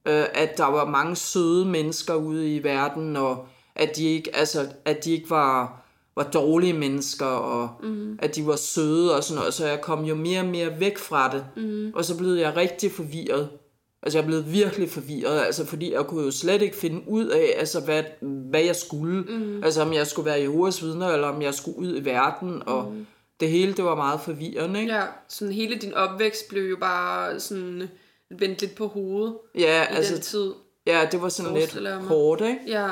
S2: øh, at der var mange søde mennesker ude i verden, og at de ikke, altså, at de ikke var, var dårlige mennesker, og
S1: Mhm.
S2: mm. at de var søde og sådan noget. Så jeg kom jo mere og mere væk fra det, mm.
S1: Mhm.
S2: og så blev jeg rigtig forvirret. Altså jeg blev virkelig forvirret, altså fordi jeg kunne jo slet ikke finde ud af, altså hvad, hvad jeg skulle.
S1: Mhm.
S2: Mm. Altså om jeg skulle være Jehovas vidner, eller om jeg skulle ud i verden, og
S1: Mhm.
S2: mm. det hele, det var meget forvirrende, ikke?
S1: ja. Sådan hele din opvækst blev jo bare sådan vendt lidt på hovedet
S2: Ja, ja
S1: i altså, den
S2: altså,
S1: tid.
S2: ja, det var sådan lidt
S1: forestiller jeg mig.
S2: hårdt, ikke?
S1: Ja,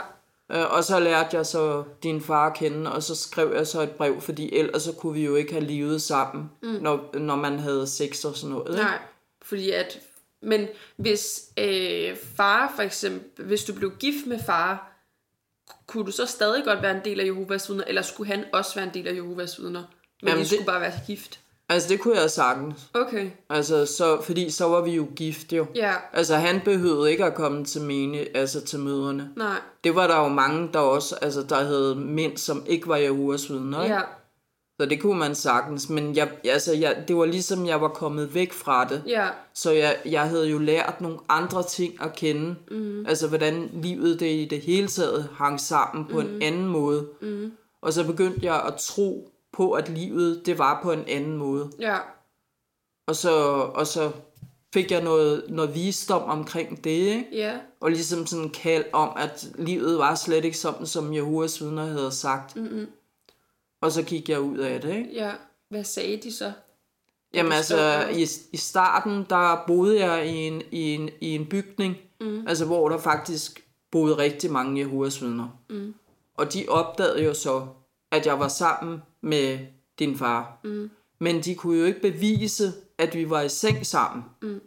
S2: Øh, Og så lærte jeg så din far at kende, og så skrev jeg så et brev, fordi ellers så kunne vi jo ikke have levet sammen, mm. når, når man havde sex og sådan noget. ikke?
S1: nej. Fordi at... Men hvis øh, far for eksempel... Hvis du blev gift med far, kunne du så stadig godt være en del af Jehovas vidner, eller skulle han også være en del af Jehovas vidner? Men
S2: Jamen,
S1: Jamen, I
S2: det-
S1: skulle bare være gift.
S2: Altså det kunne jeg sagtens.
S1: Okay,
S2: Altså, så, fordi så var vi jo gift jo.
S1: ja,
S2: Altså han behøvede ikke at komme til, mene, altså, til møderne.
S1: nej,
S2: Det var der jo mange, der også, altså der havde mænd, som ikke var Jehovas vidner. ikke?
S1: ja,
S2: Så det kunne man sagtens, men jeg, altså, jeg, det var ligesom, jeg var kommet væk fra det.
S1: ja,
S2: Så jeg, jeg havde jo lært nogle andre ting at kende. Mm. Altså, hvordan livet det i det hele taget hang sammen på mm. en anden måde. Mm. Og så begyndte jeg at tro på, at livet det var på en anden måde.
S1: ja,
S2: Og så, og så fik jeg noget, noget visdom omkring det, ikke?
S1: ja,
S2: Og ligesom sådan en kald om, at livet var slet ikke sådan, som Jehovas vidner havde sagt. Mm-hmm. Og så gik jeg ud af det, ikke?
S1: ja. Hvad sagde de så?
S2: Jamen
S1: du
S2: altså,
S1: stå
S2: i, i starten, der boede jeg i en, i en, i en bygning, mm. altså hvor der faktisk boede rigtig mange Jehovas vidner. Mm. Og de opdagede jo så, at jeg var sammen med din far. Mm. Men de kunne jo ikke bevise, at vi var i seng sammen. Mm.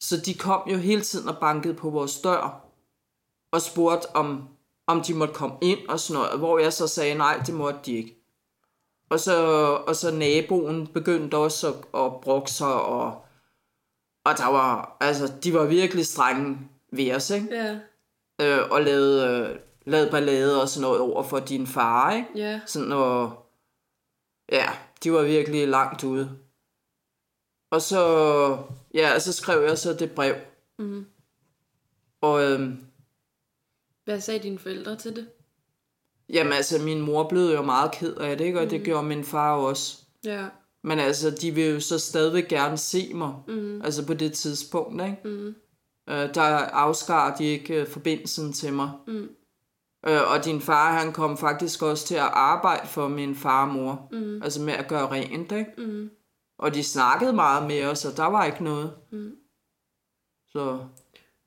S2: Så de kom jo hele tiden og bankede på vores dør og spurgte, om, om de måtte komme ind og sådan noget, hvor jeg så sagde, nej, det måtte de ikke. Og så, og så naboen begyndte også at, at brokke sig, og, og der var, altså, de var virkelig strenge ved os, ikke?
S1: Ja,
S2: Øh, og lavede, øh, lavede ballade og sådan noget over for din far, ikke?
S1: ja,
S2: Sådan, og, ja, de var virkelig langt ude. Og så, ja, så skrev jeg så det brev. Mm. Og øhm,
S1: Hvad sagde dine forældre til det?
S2: Jamen altså, min mor blev jo meget ked af det, ikke? og mm. det gjorde min far også.
S1: Ja.
S2: Men altså, de vil jo så stadigvæk gerne se mig, mm. altså på det tidspunkt, ikke? Mm. Øh, der afskar de ikke øh, forbindelsen til mig. Mm. Øh, og din far, han kom faktisk også til at arbejde for min far og mor, mm. altså med at gøre rent, ikke?
S1: Mm.
S2: Og de snakkede meget med os, og der var ikke noget. Mm. Så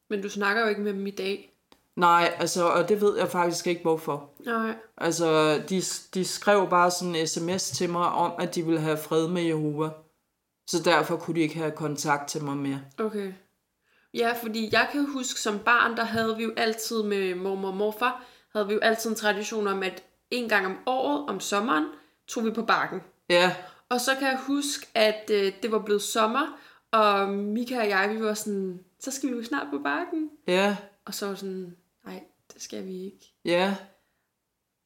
S1: Men du snakker jo ikke med dem i dag.
S2: nej, altså, og det ved jeg faktisk ikke hvorfor.
S1: Nej.
S2: Altså, de, de skrev bare sådan en sms til mig om, at de ville have fred med Jehova. Så derfor kunne de ikke have kontakt til mig mere.
S1: Okay. Ja, fordi jeg kan huske, som barn, der havde vi jo altid med mormor og morfar, havde vi jo altid en tradition om, at en gang om året, om sommeren, tog vi på bakken.
S2: Ja,
S1: Og så kan jeg huske, at øh, det var blevet sommer, og Mika og jeg, vi var sådan, så skal vi jo snart på bakken.
S2: ja,
S1: Og så var jeg sådan, nej, det skal vi ikke.
S2: ja,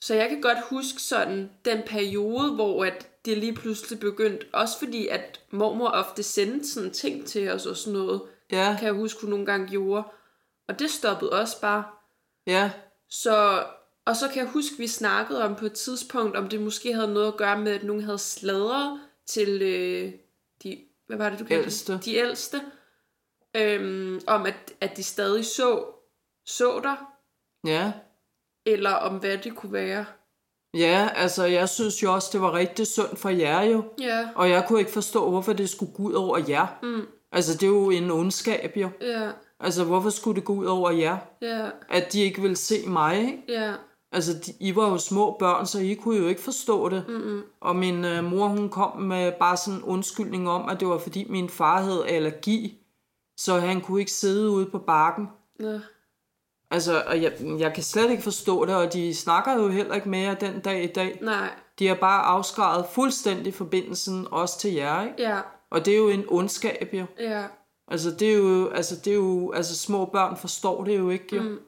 S1: Så jeg kan godt huske sådan den periode, hvor at det lige pludselig begyndte, også fordi at mormor ofte sendte sådan ting til os og sådan noget,
S2: ja,
S1: kan jeg huske, hun nogle gange gjorde. Og det stoppede også bare.
S2: ja,
S1: Så, og så kan jeg huske, vi snakkede om på et tidspunkt, om det måske havde noget at gøre med, at nogen havde sladret til øh, de, hvad var det, du kaldte dem?
S2: Ældste.
S1: De ældste. Øhm, om at, at de stadig så, så dig,
S2: ja.
S1: eller om hvad det kunne være.
S2: Ja, altså, jeg synes jo også, det var rigtig synd for jer jo.
S1: Ja,
S2: Og jeg kunne ikke forstå, hvorfor det skulle gå ud over jer. Mm. Altså, det er jo en ondskab jo.
S1: ja,
S2: Altså, hvorfor skulle det gå ud over jer?
S1: ja,
S2: At de ikke ville se mig, ikke?
S1: ja,
S2: Altså, de, I var jo små børn, så I kunne jo ikke forstå det. Mm-hmm. Og min øh, mor, hun kom med bare sådan en undskyldning om, at det var fordi min far havde allergi, så han kunne ikke sidde ude på bakken.
S1: ja,
S2: Altså, og jeg, jeg kan slet ikke forstå det, og de snakker jo heller ikke mere den dag i dag.
S1: nej,
S2: De har bare afskrevet fuldstændig forbindelsen også til jer, ikke?
S1: ja,
S2: Og det er jo en ondskab, jo.
S1: ja.
S2: Altså, det er jo, altså, det er jo, altså små børn forstår det jo ikke, jo. Mm.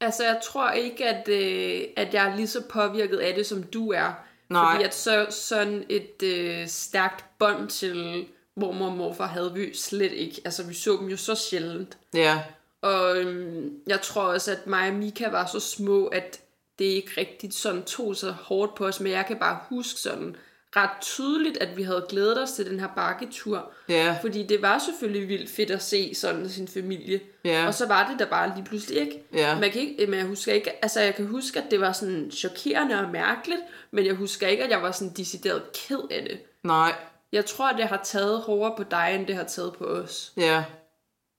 S1: Altså, jeg tror ikke, at, øh, at jeg er lige så påvirket af det, som du er.
S2: Nej.
S1: Fordi at så, sådan et øh, stærkt bånd til mormor og morfar havde vi slet ikke. Altså, vi så dem jo så sjældent.
S2: Ja,
S1: Og øhm, jeg tror også, at mig og Mika var så små, at det ikke rigtigt sådan tog så hårdt på os. Men jeg kan bare huske sådan ret tydeligt, at vi havde glædet os til den her bakketur.
S2: ja,
S1: Fordi det var selvfølgelig vildt fedt at se sådan sin familie.
S2: Ja.
S1: Og så var det der bare lige pludselig ikke.
S2: Ja.
S1: Man kan ikke, men jeg husker ikke, altså jeg kan huske, at det var sådan chokerende og mærkeligt, men jeg husker ikke, at jeg var sådan decideret ked af det.
S2: nej,
S1: Jeg tror, at det har taget hårdere på dig, end det har taget på os.
S2: ja.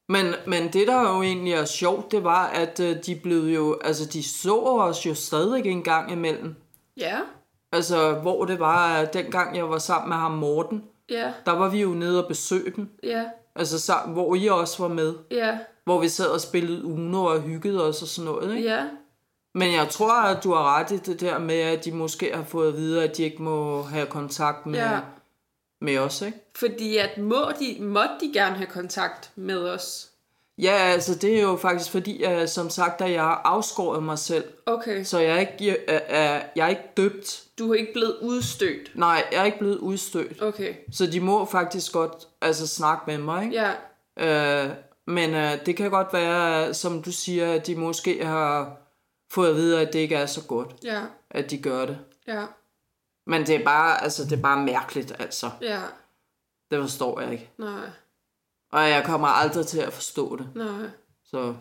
S2: Men, men det, der jo egentlig er sjovt, det var, at øh, de blev jo, altså, de så os jo stadig en gang imellem.
S1: Ja,
S2: Altså, hvor det var, at dengang jeg var sammen med ham Morten,
S1: ja,
S2: der var vi jo nede og besøge dem.
S1: ja,
S2: Altså, sammen, hvor I også var med.
S1: ja,
S2: Hvor vi sad og spillede Uno og hyggede os og sådan noget, ikke?
S1: ja,
S2: Men jeg tror, at du har ret i det der med, at de måske har fået at vide, at de ikke må have kontakt med,
S1: ja.
S2: ja. med os, ikke?
S1: Fordi at må de, måtte de gerne have kontakt med os?
S2: Ja, altså det er jo faktisk fordi, at, som sagt, at jeg har afskåret mig selv.
S1: Okay,
S2: Så jeg er ikke, jeg, er, jeg er ikke døbt.
S1: du er ikke blevet udstødt.
S2: Nej, jeg er ikke blevet udstødt.
S1: Okay,
S2: Så de må faktisk godt altså, snakke med mig, ikke?
S1: ja,
S2: Øh, men øh, det kan godt være, som du siger, at de måske har fået at vide, at det ikke er så godt,
S1: ja,
S2: at de gør det.
S1: ja,
S2: Men det er bare, altså, det er bare mærkeligt, altså.
S1: ja,
S2: Det forstår jeg ikke.
S1: nej,
S2: Og jeg kommer aldrig til at forstå det.
S1: nej,
S2: Så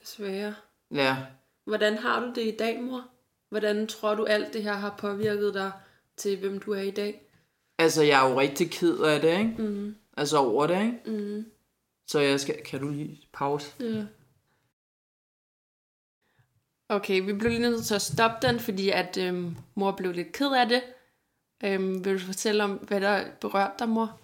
S1: desværre.
S2: ja.
S1: Hvordan har du det i dag, mor? Hvordan tror du, alt det her har påvirket dig til, hvem du er i dag?
S2: Altså, jeg er jo rigtig ked af det, ikke? Mm. Altså over det, ikke? Mm. Så jeg skal... Kan du lige pause?
S1: Ja. Okay, vi blev lige nødt til at stoppe den, fordi at øhm, mor blev lidt ked af det. Øhm, vil du fortælle om, hvad der berørte dig, mor?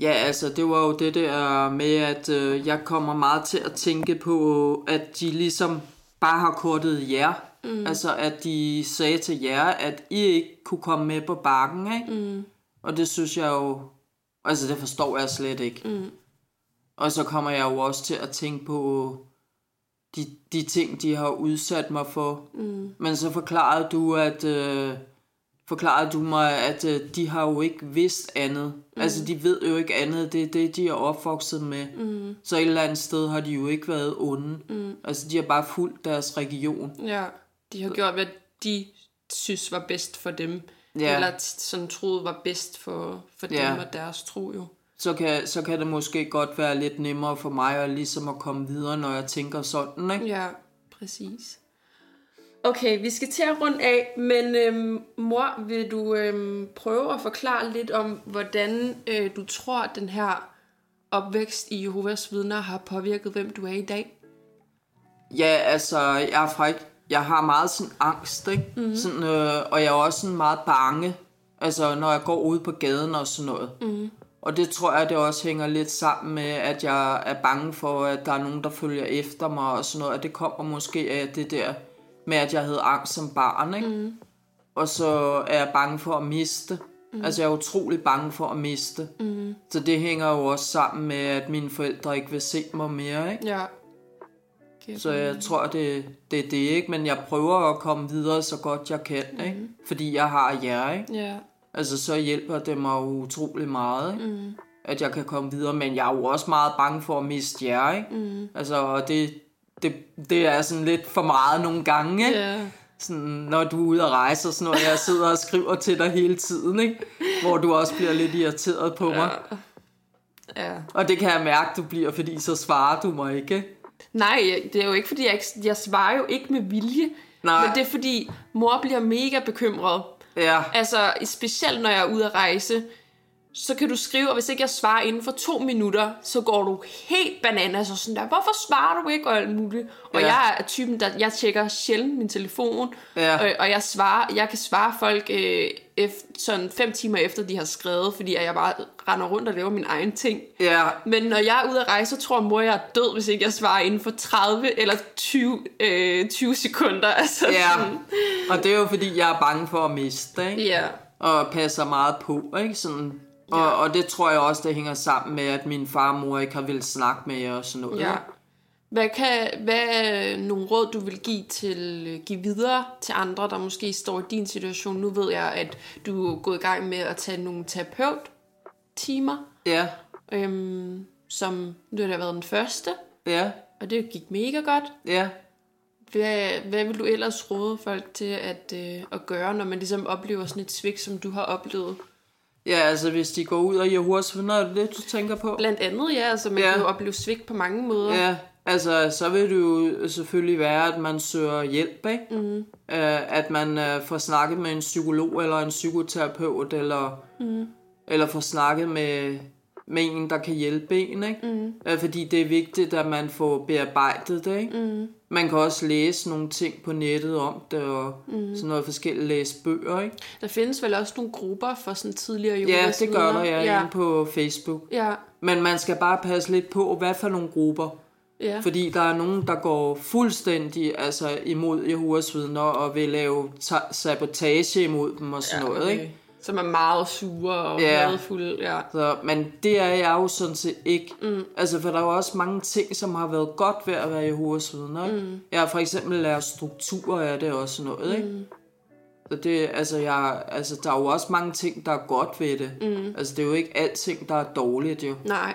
S2: Ja, altså, det var jo det der med, at øh, jeg kommer meget til at tænke på, at de ligesom bare har kortet jer. Mm. Altså, at de sagde til jer, at I ikke kunne komme med på bakken, ikke? Mm. Og det synes jeg jo... Altså, det forstår jeg slet ikke. Mm. Og så kommer jeg jo også til at tænke på de, de ting, de har udsat mig for. Mm. Men så forklarede du, at, øh, forklarede du mig, at øh, de har jo ikke vidst andet. Mm. Altså, de ved jo ikke andet. Det er det, de er opvokset med. Mm. Så et eller andet sted har de jo ikke været onde. Mm. Altså, de har bare fulgt deres region.
S1: Ja, de har gjort, hvad de synes var bedst for dem.
S2: Ja.
S1: Ja. Eller t- sådan troede var bedst for, for
S2: Ja.
S1: dem og deres tro jo.
S2: Så kan, så kan det måske godt være lidt nemmere for mig at ligesom at komme videre, når jeg tænker sådan, ikke?
S1: Ja, præcis. Okay, vi skal til at runde af, men øhm, mor, vil du øhm, prøve at forklare lidt om, hvordan øh, du tror, at den her opvækst i Jehovas vidner har påvirket, hvem du er i dag?
S2: Ja, altså, jeg er fræk. Jeg har meget sådan angst, ikke? Mm-hmm. Sådan, øh, og jeg er også sådan meget bange, altså når jeg går ude på gaden og sådan noget. Mm-hmm. Og det tror jeg, det også hænger lidt sammen med, at jeg er bange for, at der er nogen, der følger efter mig og sådan noget. Og det kommer måske af det der med, at jeg havde angst som barn, ikke? Mm-hmm. Og så er jeg bange for at miste. Mm-hmm. Altså, jeg er utrolig bange for at miste. Mm-hmm. Så det hænger jo også sammen med, at mine forældre ikke vil se mig mere, ikke?
S1: Ja.
S2: Så jeg tror, det, det er det, ikke? Men jeg prøver at komme videre så godt jeg kan, ikke? Fordi jeg har jer, ikke?
S1: Ja,
S2: Altså, så hjælper det mig jo utrolig meget, ikke? Mm. At jeg kan komme videre, men jeg er jo også meget bange for at miste jer, ikke? Mm. Altså, og det, det, det er sådan lidt for meget nogle gange, ikke?
S1: ja.
S2: Sådan, når du er ude og rejse og sådan noget, jeg sidder og skriver til dig hele tiden, ikke? Hvor du også bliver lidt irriteret på mig.
S1: ja.
S2: Og det kan jeg mærke, du bliver, fordi så svarer du mig ikke.
S1: Nej, jeg- det er jo ikke, fordi jeg, ikke- jeg svarer jo ikke med vilje.
S2: Nej.
S1: Men det er, fordi mor bliver mega bekymret.
S2: Ja,
S1: Altså, specielt når jeg er ude at rejse, så kan du skrive, og hvis ikke jeg svarer inden for to minutter, så går du helt bananas og sådan der, hvorfor svarer du ikke, og alt muligt. Og
S2: Ja.
S1: ja. jeg er typen, der, jeg tjekker sjældent min telefon,
S2: Ja.
S1: og, og jeg, svarer, jeg kan svare folk øh, efter, sådan fem timer efter, de har skrevet, fordi at jeg bare render rundt og laver min egen ting.
S2: ja,
S1: Men når jeg er ude at rejse, så tror mor, jeg er død, hvis ikke jeg svarer inden for 30 eller 20, øh, 20 sekunder. <laughs> Altså,
S2: Ja,
S1: sådan.
S2: og det er jo fordi, jeg er bange for at miste, ikke?
S1: ja.
S2: Og passer meget på, ikke? Sådan. Og, ja. og det tror jeg også, det hænger sammen med, at min far og mor ikke har ville snakke med jer og sådan noget.
S1: Ja.
S2: ikke?
S1: Hvad, kan, hvad er nogle råd, du vil give, til, give videre til andre, der måske står i din situation? Nu ved jeg, at du er gået i gang med at tage nogle terapeut-timer,
S2: Ja,
S1: øhm, som du har da været den første,
S2: ja,
S1: og det gik mega godt.
S2: ja.
S1: Hvad, hvad vil du ellers råde folk til at, øh, at gøre, når man ligesom oplever sådan et svigt, som du har oplevet?
S2: Ja, altså hvis de går ud og Jehovas vidner, er det det, du tænker på?
S1: Blandt andet, ja, altså man
S2: Ja.
S1: ja. kan jo opleve svigt på mange måder.
S2: Ja, altså så vil det jo selvfølgelig være, at man søger hjælp, ikke? Mm. Uh, at man uh, får snakket med en psykolog eller en psykoterapeut, eller, mm. eller får snakket med, med en, der kan hjælpe en, ikke? Mm. Uh, fordi det er vigtigt, at man får bearbejdet det, ikke? Mm. Man kan også læse nogle ting på nettet om det, og mm. sådan noget forskelligt læse bøger, ikke?
S1: Der findes vel også nogle grupper for sådan tidligere
S2: Ja,
S1: Jehovas
S2: det gør
S1: vidner.
S2: der, ja, ja.
S1: ja.
S2: inde på Facebook.
S1: Ja,
S2: Men man skal bare passe lidt på, hvad for nogle grupper
S1: ja.
S2: Fordi der er nogen, der går fuldstændig altså, imod Jehovas vidner og vil lave ta- sabotage imod dem og sådan ja, noget. Ikke?
S1: Som er meget sure og
S2: Ja.
S1: yeah. hadfulde. Ja.
S2: Så, men det er jeg jo sådan set ikke. Mm. Altså, for der er jo også mange ting, som har været godt ved at være Jehovas vidner. Ikke? Mm. Jeg har for eksempel lært strukturer af det og sådan noget. Ikke? Mm. Så det, altså, jeg, altså, der er jo også mange ting, der er godt ved det. Mm. Altså, det er jo ikke alting, der er dårligt jo.
S1: Nej.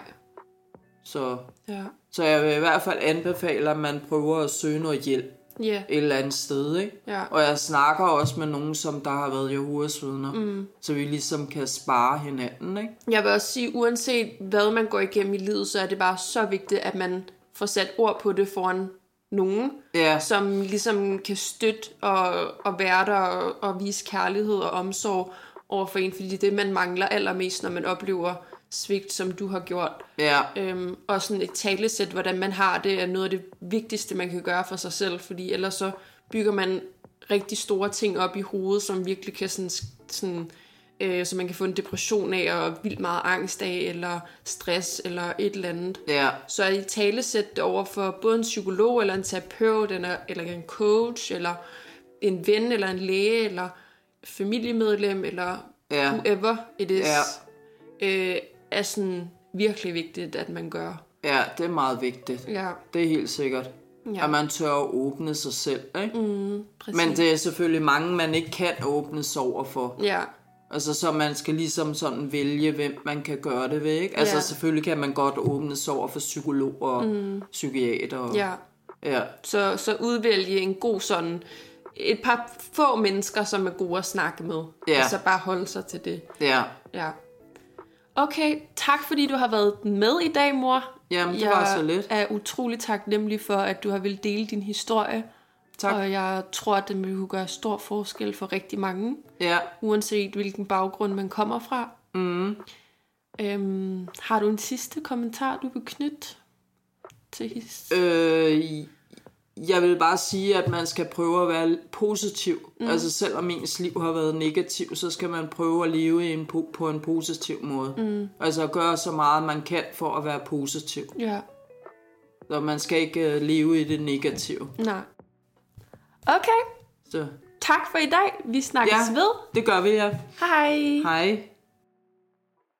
S2: Så,
S1: Ja.
S2: så jeg vil i hvert fald anbefale, at man prøver at søge noget hjælp.
S1: Ja.
S2: et eller andet sted, ikke?
S1: Ja.
S2: Og jeg snakker også med nogen, som der har været Jehovas vidner, mm. så vi ligesom kan spare hinanden, ikke?
S1: Jeg vil også sige, uanset hvad man går igennem i livet, så er det bare så vigtigt, at man får sat ord på det foran nogen,
S2: Ja,
S1: som ligesom kan støtte og, og være der og, og vise kærlighed og omsorg over for en, fordi det er det, man mangler allermest, når man oplever svigt, som du har gjort.
S2: ja,
S1: Øhm, og sådan et talesæt, hvordan man har det, er noget af det vigtigste, man kan gøre for sig selv, fordi ellers så bygger man rigtig store ting op i hovedet, som virkelig kan sådan, sådan øh, så man kan få en depression af, og vildt meget angst af, eller stress, eller et eller andet.
S2: ja,
S1: Så i talesæt det over for både en psykolog, eller en terapeut, eller, eller en coach, eller en ven, eller en læge, eller familiemedlem, eller
S2: ja,
S1: whoever it is,
S2: Ja.
S1: øh, er sådan virkelig vigtigt, at man gør.
S2: ja, det er meget vigtigt.
S1: Ja,
S2: Det er helt sikkert.
S1: Ja.
S2: at man tør at åbne sig selv. Ikke? Mm,
S1: Præcis.
S2: Men det er selvfølgelig mange, man ikke kan åbne sig over for.
S1: Ja,
S2: Altså, så man skal ligesom sådan vælge, hvem man kan gøre det ved. Ikke? Altså,
S1: Ja.
S2: selvfølgelig kan man godt åbne sig over for psykologer og mm. psykiater. Og,
S1: ja.
S2: ja.
S1: Så, så udvælge en god sådan... Et par få mennesker, som er gode at snakke med.
S2: Ja.
S1: Og så bare holde sig til det.
S2: ja.
S1: Ja. Okay, tak fordi du har været med i dag, mor.
S2: Jamen, det
S1: jeg
S2: var så lidt.
S1: er utrolig taknemmelig for, at du har ville dele din historie.
S2: Tak.
S1: Og jeg tror, at den vil kunne gøre stor forskel for rigtig mange,
S2: Ja.
S1: uanset hvilken baggrund man kommer fra. Mm. Øhm, har du en sidste kommentar, du vil knytte til his?
S2: Øh, jeg vil bare sige, at man skal prøve at være positiv. Mm. Altså selvom ens liv har været negativ, så skal man prøve at leve i en po- på en positiv måde. Mm. Altså at gøre så meget, man kan for at være positiv.
S1: Ja,
S2: Så man skal ikke øh, leve i det negative.
S1: nej. Okay,
S2: Så
S1: tak for i dag. Vi snakkes
S2: Ja.
S1: ved.
S2: det gør vi, ja.
S1: Hej.
S2: Hej.